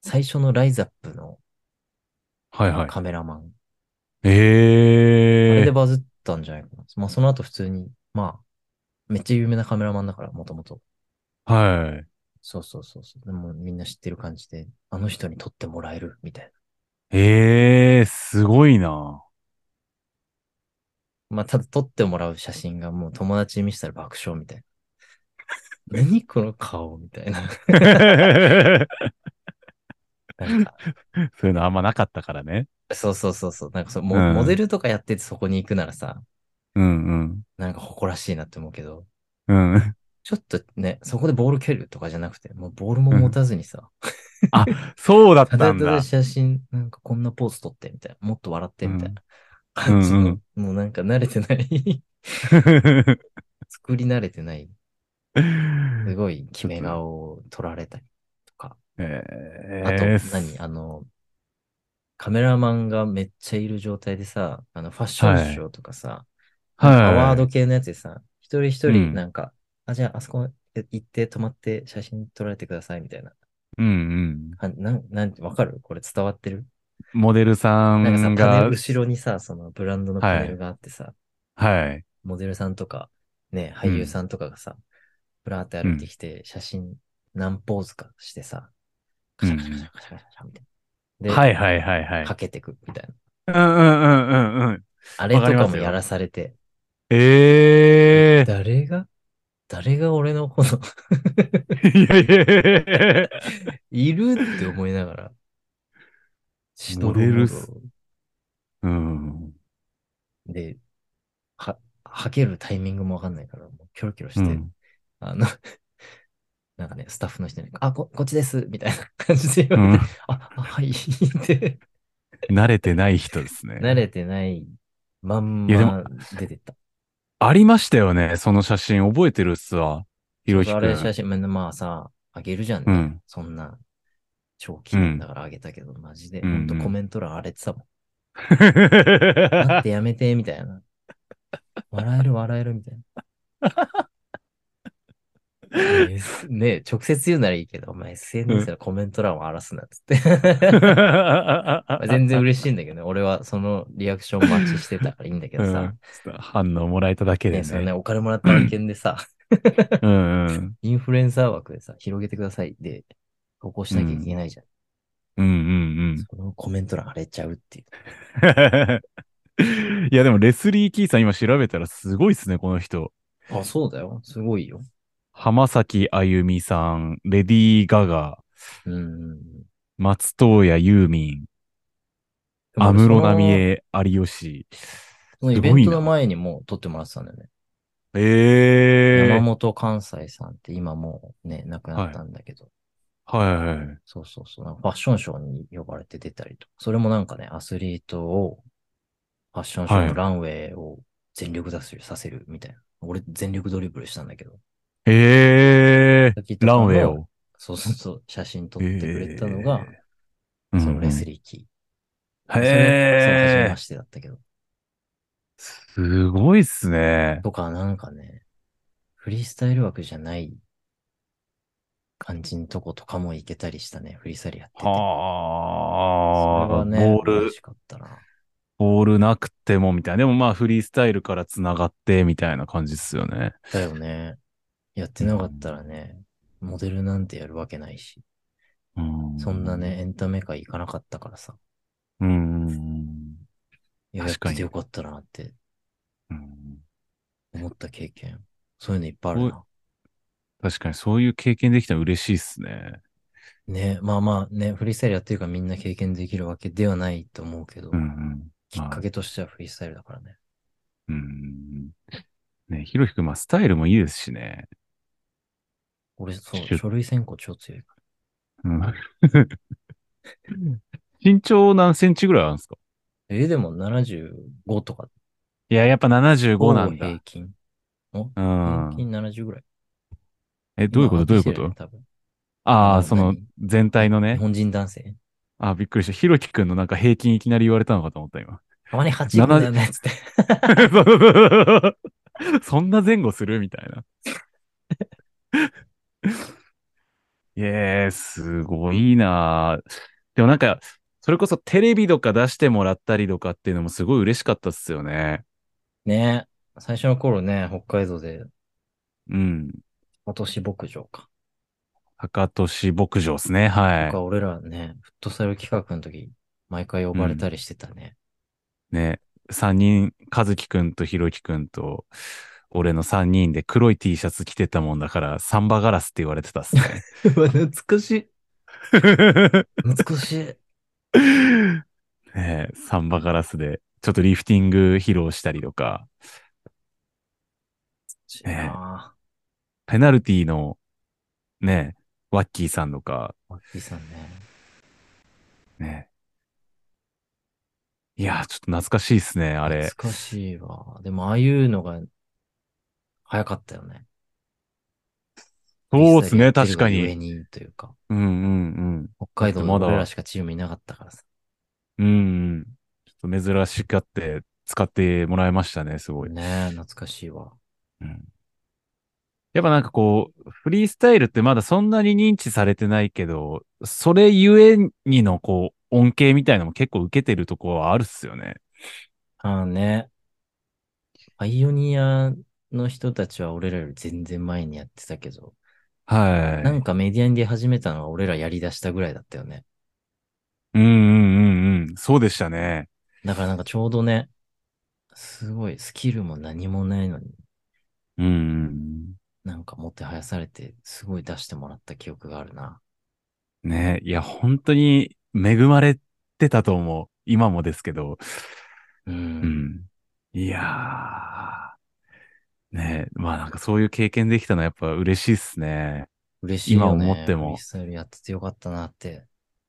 [SPEAKER 1] 最初のライザップの
[SPEAKER 2] はいはい。
[SPEAKER 1] カメラマン。あれ
[SPEAKER 2] ええ
[SPEAKER 1] でバズったんじゃないかな。まあその後普通に、まあ、めっちゃ有名なカメラマンだから、もともと。
[SPEAKER 2] はい。
[SPEAKER 1] そうそうそうそう。でもみんな知ってる感じで、あの人に撮ってもらえるみたい
[SPEAKER 2] ええすご いな。
[SPEAKER 1] な。まあただ撮ってもらう写真がもう友達に見せたら爆笑みたい な。何この顔みたいな。
[SPEAKER 2] そう
[SPEAKER 1] なんか
[SPEAKER 2] いうのあんまなかったからね。
[SPEAKER 1] そうそうそうそう。なんかそうモ
[SPEAKER 2] うん
[SPEAKER 1] モデルとかやっててそこに行くならさ、
[SPEAKER 2] うん
[SPEAKER 1] なんか誇らしいなって思うけど、
[SPEAKER 2] うん。うん。
[SPEAKER 1] ちょっとね、そこでボール蹴るとかじゃなくて、もうボールも持たずにさ、
[SPEAKER 2] あ、そうだった
[SPEAKER 1] だた
[SPEAKER 2] たん
[SPEAKER 1] だ
[SPEAKER 2] だ。
[SPEAKER 1] 写真、なんかこんなポーズ撮ってみたいな、もっと笑ってみたいな
[SPEAKER 2] うん
[SPEAKER 1] 感じの、
[SPEAKER 2] うん
[SPEAKER 1] もうなんか慣れてない、 作り慣れてない、すごい決め顔を撮られたりとか、
[SPEAKER 2] え
[SPEAKER 1] あと
[SPEAKER 2] え
[SPEAKER 1] 何、あの、カメラマンがめっちゃいる状態でさ、あのファッションショーとかさ、
[SPEAKER 2] はい
[SPEAKER 1] アワード系のやつでさ、一人一
[SPEAKER 2] う
[SPEAKER 1] 人
[SPEAKER 2] ん
[SPEAKER 1] なんか、あ、じゃああそこ行って止まって写真撮られてくださいみたいな。
[SPEAKER 2] うん
[SPEAKER 1] はなん、なんて、わかるこれ伝わってる
[SPEAKER 2] うん。モデルさ
[SPEAKER 1] なんかさ、
[SPEAKER 2] ん
[SPEAKER 1] パネ
[SPEAKER 2] が
[SPEAKER 1] ル、後ろにさ、そのブランドのパネルがあってさ、
[SPEAKER 2] はい。
[SPEAKER 1] モデルさんとか、ね、俳優さんとかがさ、ブラーって歩いてきて、写真何ポーズかしてさ、カシャカシャカシャカシャカシャカシャみたいな。で、
[SPEAKER 2] はいはいはいはい
[SPEAKER 1] か。けてくみたいな。
[SPEAKER 2] うんうんうんうんうん。
[SPEAKER 1] あれと
[SPEAKER 2] わかり
[SPEAKER 1] か
[SPEAKER 2] ま
[SPEAKER 1] も
[SPEAKER 2] すよ
[SPEAKER 1] やらされて、
[SPEAKER 2] ええ
[SPEAKER 1] 誰が誰が俺のこと
[SPEAKER 2] いやいやいやい
[SPEAKER 1] いるって思いながら。シドロ
[SPEAKER 2] モデル
[SPEAKER 1] モ
[SPEAKER 2] っすや。うん。
[SPEAKER 1] ドで、は、はけるタイミングもわかんないから、もうキョロキョロして、
[SPEAKER 2] うん
[SPEAKER 1] あの、 なんかね、スタッフの人に、あ、こ、こっちです、みたいな感じで言
[SPEAKER 2] う
[SPEAKER 1] われ
[SPEAKER 2] ん
[SPEAKER 1] て、あ、あはい、って、
[SPEAKER 2] 慣れてない人ですね。
[SPEAKER 1] 慣れてないまん
[SPEAKER 2] いやで
[SPEAKER 1] ま
[SPEAKER 2] も
[SPEAKER 1] 出てった。
[SPEAKER 2] ありましたよね、その写真。覚えてるっすわ。ひろひく
[SPEAKER 1] あ
[SPEAKER 2] ん。
[SPEAKER 1] れ写真、まあまあさ、あげるじゃんね。
[SPEAKER 2] うん
[SPEAKER 1] そんな、長期なんだからあげたけど、マジで、
[SPEAKER 2] うん
[SPEAKER 1] ほ
[SPEAKER 2] うんん
[SPEAKER 1] とコメント欄荒れてたもん。待ってやめて、みた いな。笑える、笑える、みたいな。ねね直接言うならいいけど、お前 SNS のコメント欄を荒らすな、つ って。全然嬉しいんだけどね。俺はそのリアクション待ちしてたからいいんだけど
[SPEAKER 2] う
[SPEAKER 1] さ
[SPEAKER 2] ん。反応もらえただけで
[SPEAKER 1] ね、
[SPEAKER 2] ね。
[SPEAKER 1] そのね、お金もらった案件でさ、
[SPEAKER 2] うんうん。
[SPEAKER 1] インフルエンサー枠でさ、広げてくださいで、投稿しなきゃいけないじゃん。
[SPEAKER 2] うんうん
[SPEAKER 1] そのコメント欄荒れちゃうっていう。
[SPEAKER 2] うん。いや、 でも、レスリー・キーさん、今調べたらすごいっすね、この人。
[SPEAKER 1] あ、そうだよ。すごいよ。
[SPEAKER 2] 浜崎あゆみさん、レディー・ガガ、
[SPEAKER 1] うんうん
[SPEAKER 2] 松任谷ユーミン、
[SPEAKER 1] うん。
[SPEAKER 2] 安室奈美
[SPEAKER 1] 恵。
[SPEAKER 2] 恵、有吉。
[SPEAKER 1] そのイベントの前にも撮ってもらってたんだよね。
[SPEAKER 2] ええ
[SPEAKER 1] 山
[SPEAKER 2] ー。
[SPEAKER 1] 本関西さんって今もうね、亡くなったんだけど、
[SPEAKER 2] はいはい。
[SPEAKER 1] そうそうそう、なんかファッションショーに呼ばれて出たりとか、それもなんかね、アスリートをファッションショー
[SPEAKER 2] は
[SPEAKER 1] の
[SPEAKER 2] い
[SPEAKER 1] ランウェイを全力出すさせるみたいな。俺全力ドリブルしたんだけど。
[SPEAKER 2] ええ
[SPEAKER 1] ラ
[SPEAKER 2] ー。ランウェイを。。
[SPEAKER 1] そうそうそう、写真撮ってくれたのが、
[SPEAKER 2] えー、
[SPEAKER 1] そのレス
[SPEAKER 2] リ
[SPEAKER 1] リーキー。
[SPEAKER 2] ー。
[SPEAKER 1] それそう、初
[SPEAKER 2] へ
[SPEAKER 1] め
[SPEAKER 2] え
[SPEAKER 1] ま。してだったけど。
[SPEAKER 2] すごいっすね。
[SPEAKER 1] とか、なんかね、フリースタイル枠じゃない感じのとことかも行けたりしたね、フリースタイルやってて。それ
[SPEAKER 2] は
[SPEAKER 1] は
[SPEAKER 2] あ、
[SPEAKER 1] ね、
[SPEAKER 2] ボー
[SPEAKER 1] 嬉
[SPEAKER 2] ル、
[SPEAKER 1] しかったな。
[SPEAKER 2] ボールなくてもみたいな。でもまあフリースタイルからつながってみたいな感じっすよね。
[SPEAKER 1] だよね。やってなかったらね、モデルなんてやるわけないし、
[SPEAKER 2] うん、
[SPEAKER 1] そんな。ね、エンタメ界行かなかったからさ、
[SPEAKER 2] うん。
[SPEAKER 1] いややっ
[SPEAKER 2] 確か
[SPEAKER 1] て
[SPEAKER 2] に
[SPEAKER 1] てよかったなって
[SPEAKER 2] うん
[SPEAKER 1] 思った経験。そういうのいっぱいあるな。
[SPEAKER 2] 確かにそういう経験できたら嬉しいっすね。
[SPEAKER 1] ね、まあまあね、フリースタイルやってるからみんな経験できるわけではないと思うけど、
[SPEAKER 2] うんうん。
[SPEAKER 1] きっかけとしてはフリースタイルだからね。
[SPEAKER 2] うん。ね、ひろひくん、まあスタイルもいいですしね。
[SPEAKER 1] 俺、そう、
[SPEAKER 2] シュ
[SPEAKER 1] 書類選考超強いか。
[SPEAKER 2] うん 身長何センチぐらいあるんですから
[SPEAKER 1] え、でも75とか。
[SPEAKER 2] いや、やっぱ75なんだ。
[SPEAKER 1] 平均。
[SPEAKER 2] う
[SPEAKER 1] 平
[SPEAKER 2] ん。
[SPEAKER 1] 均70ぐらい。
[SPEAKER 2] え、どういうことどういうこと
[SPEAKER 1] 今上がってきてるよね多分
[SPEAKER 2] あ
[SPEAKER 1] あの
[SPEAKER 2] あ、その
[SPEAKER 1] 何
[SPEAKER 2] 全体の
[SPEAKER 1] 日
[SPEAKER 2] ね。
[SPEAKER 1] 本人男性。
[SPEAKER 2] あーびっくりした。ひろきくんのなんか平均いきなり言われたのかと思っ た、今。
[SPEAKER 1] たまに8いくんだよね、つって。
[SPEAKER 2] そんな前後するみたいな。 いえー、すごいなあでもなんか、それこそテレビとか出してもらったりとかっていうのもすごい嬉しかったっすよね。
[SPEAKER 1] ね最初の頃ね、北海道で、
[SPEAKER 2] うん。
[SPEAKER 1] 今年牧場か。
[SPEAKER 2] 高俊牧場っすね。は
[SPEAKER 1] 僕は俺らね、フットサル企画の時、毎回呼ばれたりしてたね。
[SPEAKER 2] い。ね。三人、和樹くんとひろきくんと、俺の三人で黒い T シャツ着てたもんだから、サンバガラスって言われてたっすね。
[SPEAKER 1] うわ懐かしい。懐か しい。
[SPEAKER 2] ねえ、サンバガラスで、ちょっとリフティング披露したりとか、
[SPEAKER 1] しいな
[SPEAKER 2] ペナルティーの、ねえ、ワッキーさんとか、
[SPEAKER 1] ぁ。マッキーさんね。
[SPEAKER 2] ねえ。いやー、ちょっと懐かしいですね、あれ。
[SPEAKER 1] 懐かしいわ。でも、ああいうのが、早かったよね。
[SPEAKER 2] そうですね、
[SPEAKER 1] 実際
[SPEAKER 2] 確か
[SPEAKER 1] やってる
[SPEAKER 2] に。
[SPEAKER 1] 上にというか、
[SPEAKER 2] うんうん
[SPEAKER 1] 北海道の
[SPEAKER 2] まだ
[SPEAKER 1] 俺らしかチームいなかったからさ。
[SPEAKER 2] うん。うんうん。ちょっと珍しかって、使ってもらいましたね、すごい。
[SPEAKER 1] ねえ懐かしいわ。
[SPEAKER 2] うんやっぱなんかこう、フリースタイルってまだそんなに認知されてないけど、それゆえにのこう、恩恵みたいのも結構受けてるところはあるっすよね。
[SPEAKER 1] ああね。パイオニアの人たちは俺らより全然前にやってたけど、
[SPEAKER 2] は。
[SPEAKER 1] ないんかメディアに出始めたのは俺らやり出したぐらいだったよね。
[SPEAKER 2] うんうんうんうん。そうでしたね。
[SPEAKER 1] だからなんかちょうどね、すごい、スキルも何もないのに、
[SPEAKER 2] うん。
[SPEAKER 1] なんかもてはやされて、すごい出してもらった記憶があるな。
[SPEAKER 2] ねいや、本当に恵まれてたと思う。今もですけど。
[SPEAKER 1] うん。
[SPEAKER 2] うん。いやー。ねまあなんかそういう経験できたのはやっぱ嬉しいっすね。
[SPEAKER 1] 嬉しいよね。
[SPEAKER 2] 今思っても
[SPEAKER 1] フリースタイルやっててよかったなって、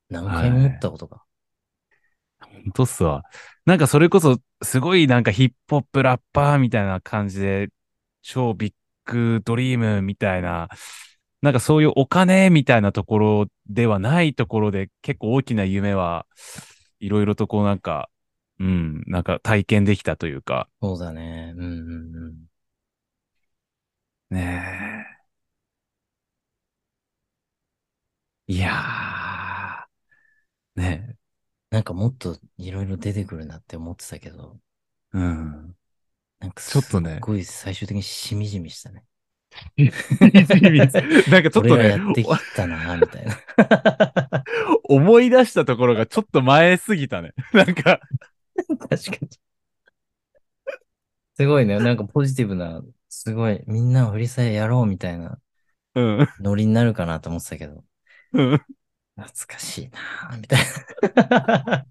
[SPEAKER 1] 何回も思ったことが。
[SPEAKER 2] 本当っすわ。なんかそれこそ、すごいなんかヒップホップラッパーみたいな感じで、超ビッグドリームみたいな、なんかそういうお金みたいなところではないところで、結構大きな夢はいろいろとこうなんか、うん、なんか体験できたというか、
[SPEAKER 1] そうだね。うんうんうん。
[SPEAKER 2] ねえ。いやー、ね
[SPEAKER 1] なんかもっといろいろ出てくるなって思ってたけど、
[SPEAKER 2] え、うん。
[SPEAKER 1] なんか
[SPEAKER 2] ちょっとね
[SPEAKER 1] すっごい最終的にしみじみしたね。
[SPEAKER 2] なんかちょっと
[SPEAKER 1] 俺ら
[SPEAKER 2] ね
[SPEAKER 1] や、ってきたな、みた いな。
[SPEAKER 2] 思い出したところがちょっと前すぎたね。 なんか、
[SPEAKER 1] 確かに。すごいね。なんかポジティブな、すごい、みんなを振りさえやろうみたいな
[SPEAKER 2] うん。
[SPEAKER 1] ノリになるかなと思ってたけど、
[SPEAKER 2] うん
[SPEAKER 1] 懐かしいなぁ、みたい な。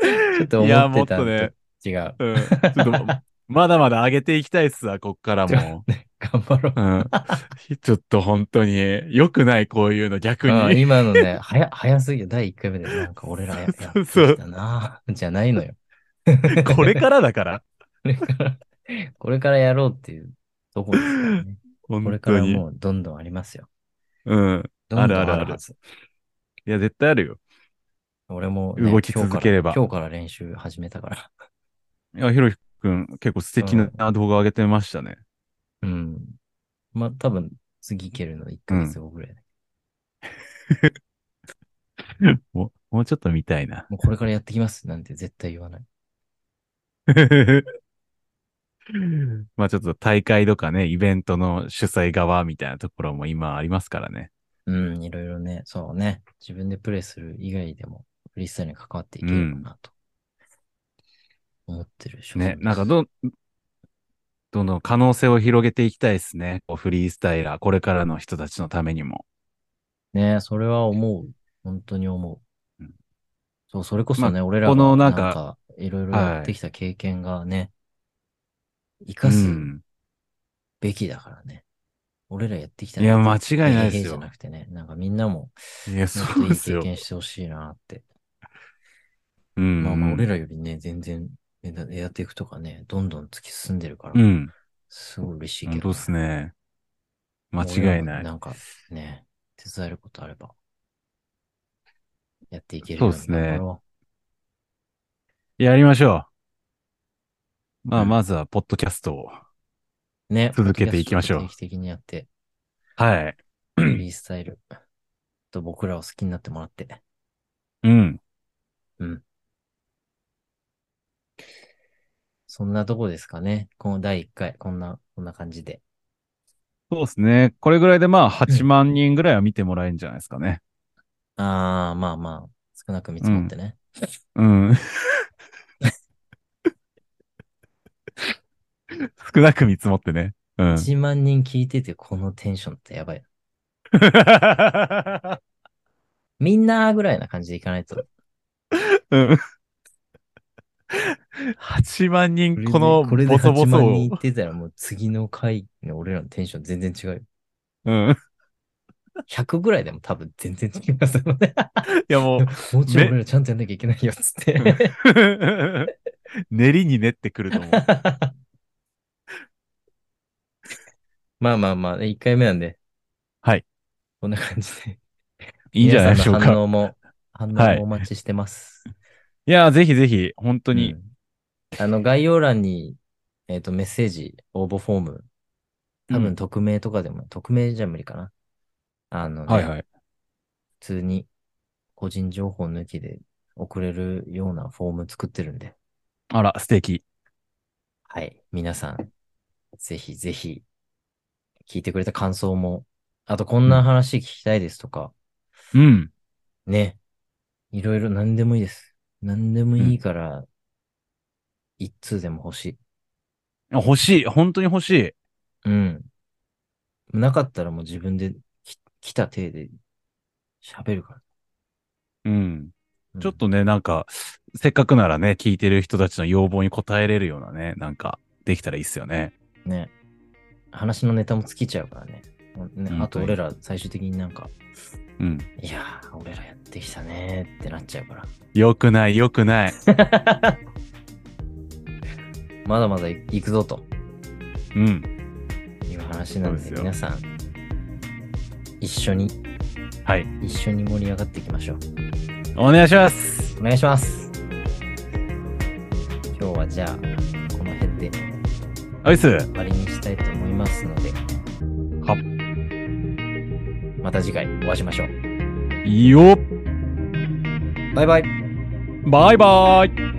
[SPEAKER 1] ちょっと
[SPEAKER 2] い
[SPEAKER 1] 思
[SPEAKER 2] や、
[SPEAKER 1] っ
[SPEAKER 2] も
[SPEAKER 1] て
[SPEAKER 2] っと
[SPEAKER 1] たの
[SPEAKER 2] ね、
[SPEAKER 1] と違う。
[SPEAKER 2] うん、ちょ っと、まだまだ上げていきたいっすわ、こっからも。
[SPEAKER 1] 頑張ろう
[SPEAKER 2] う。ん、ちょっと本当に、良くない、こういうの逆
[SPEAKER 1] ああ
[SPEAKER 2] に。
[SPEAKER 1] 今のね、 早、早すぎる。第1回目で、なんか俺らややってきたなぁ、じゃないのよ。
[SPEAKER 2] これからだから。
[SPEAKER 1] これから、これからやろうっていうとこですからね。これ
[SPEAKER 2] 本
[SPEAKER 1] か
[SPEAKER 2] 当
[SPEAKER 1] ら
[SPEAKER 2] に。
[SPEAKER 1] もうどんどんありますよ。
[SPEAKER 2] うん。
[SPEAKER 1] どんどん
[SPEAKER 2] あるある
[SPEAKER 1] はず
[SPEAKER 2] いや、絶対あるよ。
[SPEAKER 1] 俺もね、
[SPEAKER 2] 動き
[SPEAKER 1] 今日から
[SPEAKER 2] 続ければ
[SPEAKER 1] 今日から練習始めたから。
[SPEAKER 2] いや、ひろひくん、結構素敵な動画上げてましたね。
[SPEAKER 1] うん。まあ、多分、次行けるの1ヶ月後ぐらいだ、
[SPEAKER 2] もう、もうちょっと見たいな。
[SPEAKER 1] もうこれからやってきますなんて絶対言わない。
[SPEAKER 2] まあちょっと大会とかね、イベントの主催側みたいなところも今ありますからね。
[SPEAKER 1] うん、いろいろね、そうね。自分でプレイする以外でも、フリースタイルに関わっていければなと。思ってる所存
[SPEAKER 2] ね
[SPEAKER 1] で、す
[SPEAKER 2] なんかどん、どんどん可能性を広げていきたいですね。こうフリースタイラー、これからの人たちのためにも。
[SPEAKER 1] ねそれは思う。本当に思う
[SPEAKER 2] うん。
[SPEAKER 1] そう、それこそね、俺ら
[SPEAKER 2] こ
[SPEAKER 1] が
[SPEAKER 2] のなんか
[SPEAKER 1] いろいろやってきた経験がね、生か
[SPEAKER 2] う
[SPEAKER 1] す
[SPEAKER 2] ん。
[SPEAKER 1] べきだからね。俺らやってきた
[SPEAKER 2] いや
[SPEAKER 1] こと
[SPEAKER 2] 間違いないで
[SPEAKER 1] へ
[SPEAKER 2] すよ
[SPEAKER 1] へじゃなくてね、なんかみんなも、
[SPEAKER 2] いや、
[SPEAKER 1] もっ
[SPEAKER 2] そ
[SPEAKER 1] と
[SPEAKER 2] う
[SPEAKER 1] いい
[SPEAKER 2] です
[SPEAKER 1] 経
[SPEAKER 2] よ。
[SPEAKER 1] 験してほしいなって。
[SPEAKER 2] うん。
[SPEAKER 1] まあまあ、俺らよりね、全然、エアエアテクとかね、どんどん突き進んでるから、
[SPEAKER 2] うん。
[SPEAKER 1] すごい嬉しいけ
[SPEAKER 2] 本
[SPEAKER 1] ど、
[SPEAKER 2] 当っすね。間違い
[SPEAKER 1] 俺ら
[SPEAKER 2] な
[SPEAKER 1] も
[SPEAKER 2] い。
[SPEAKER 1] なんかね、手伝えることあれば、やっていけるように
[SPEAKER 2] そうっすね
[SPEAKER 1] 頑張ろ
[SPEAKER 2] やりましょう。ま
[SPEAKER 1] う
[SPEAKER 2] あ、
[SPEAKER 1] ん
[SPEAKER 2] まずは、ポッドキャストを。
[SPEAKER 1] う。ね。
[SPEAKER 2] 続けていきましょう
[SPEAKER 1] ポッドキャスト定期的にや って、
[SPEAKER 2] はい。
[SPEAKER 1] フリースタイル、と僕らを好きになってもらって。
[SPEAKER 2] うん。
[SPEAKER 1] そんなとこですかね。この第1回、こんな、こんな感じで。
[SPEAKER 2] そうですね。これぐらいで、まあ、8万人ぐらいは見てもらえるんじゃないですかね。
[SPEAKER 1] あー、まあまあ、少なく見積もってね。
[SPEAKER 2] うん。少なく見積もってね。うん。
[SPEAKER 1] 1万人聞いてて、このテンションってやばい。みんなぐらいな感じでいかないと。
[SPEAKER 2] うん8万人、この
[SPEAKER 1] これで
[SPEAKER 2] ボソボ
[SPEAKER 1] 8
[SPEAKER 2] ソ
[SPEAKER 1] 万
[SPEAKER 2] を
[SPEAKER 1] 人。言ってたら、もう次の回の俺らのテンション全然違うよ。
[SPEAKER 2] うん。
[SPEAKER 1] 100ぐらいでも多分全然違いますよ ね。
[SPEAKER 2] いやもう、
[SPEAKER 1] もうちろん俺らちゃんとやんなきゃいけないよ、つって。
[SPEAKER 2] 練りに練ってくると思う。
[SPEAKER 1] まあまあまあ、1回目なんで。
[SPEAKER 2] はい。
[SPEAKER 1] こんな感じで。
[SPEAKER 2] いいんじゃないでしょう
[SPEAKER 1] 皆さんの
[SPEAKER 2] か。
[SPEAKER 1] 反応も、反応
[SPEAKER 2] はい
[SPEAKER 1] もお待ちしてます。本
[SPEAKER 2] いや、ぜひぜひ、本当に。
[SPEAKER 1] あの、概要欄に、えっ、と、メッセージ、応募フォーム、多
[SPEAKER 2] う
[SPEAKER 1] 分
[SPEAKER 2] ん
[SPEAKER 1] 匿名とかでも、匿名じゃ無理かな。あの、ね
[SPEAKER 2] はいはい。
[SPEAKER 1] 普通に個人情報抜きで送れるようなフォーム作ってるんで、
[SPEAKER 2] あら、素敵。
[SPEAKER 1] はい。皆さん、ぜひぜひ、聞いてくれた感想も、あと、こんな話聞きたいですとか、
[SPEAKER 2] うん。
[SPEAKER 1] ね。いろいろ何でもいいです。何でもいいから、一通でも欲しい。
[SPEAKER 2] あ欲しい。本当に欲しい。
[SPEAKER 1] うん。なかったらもう自分でき来た体で喋るから。
[SPEAKER 2] うん。
[SPEAKER 1] うん
[SPEAKER 2] ちょっとね、なんか、せっかくならね、聞いてる人たちの要望に応えれるようなね、なんか、できたらいいっすよね。
[SPEAKER 1] ね。話のネタも尽きちゃうからね。ね
[SPEAKER 2] うん
[SPEAKER 1] あと俺ら最終的になんか、
[SPEAKER 2] うん。
[SPEAKER 1] いやー、俺らやってきたねーってなっちゃうから。
[SPEAKER 2] よくない、よくない。
[SPEAKER 1] まだまだ行くぞと
[SPEAKER 2] うん。
[SPEAKER 1] いう話なん
[SPEAKER 2] そうで
[SPEAKER 1] です
[SPEAKER 2] よ
[SPEAKER 1] 皆さん、一緒に、
[SPEAKER 2] はい。
[SPEAKER 1] 一緒に盛り上がっていきましょう。
[SPEAKER 2] お願いします。
[SPEAKER 1] お願いします。今日はじゃあ、この辺で終
[SPEAKER 2] アイス。
[SPEAKER 1] わりにしたいと思いますので、
[SPEAKER 2] は
[SPEAKER 1] また次回お会いしましょう。
[SPEAKER 2] よっ
[SPEAKER 1] バイバイ。
[SPEAKER 2] バイバイ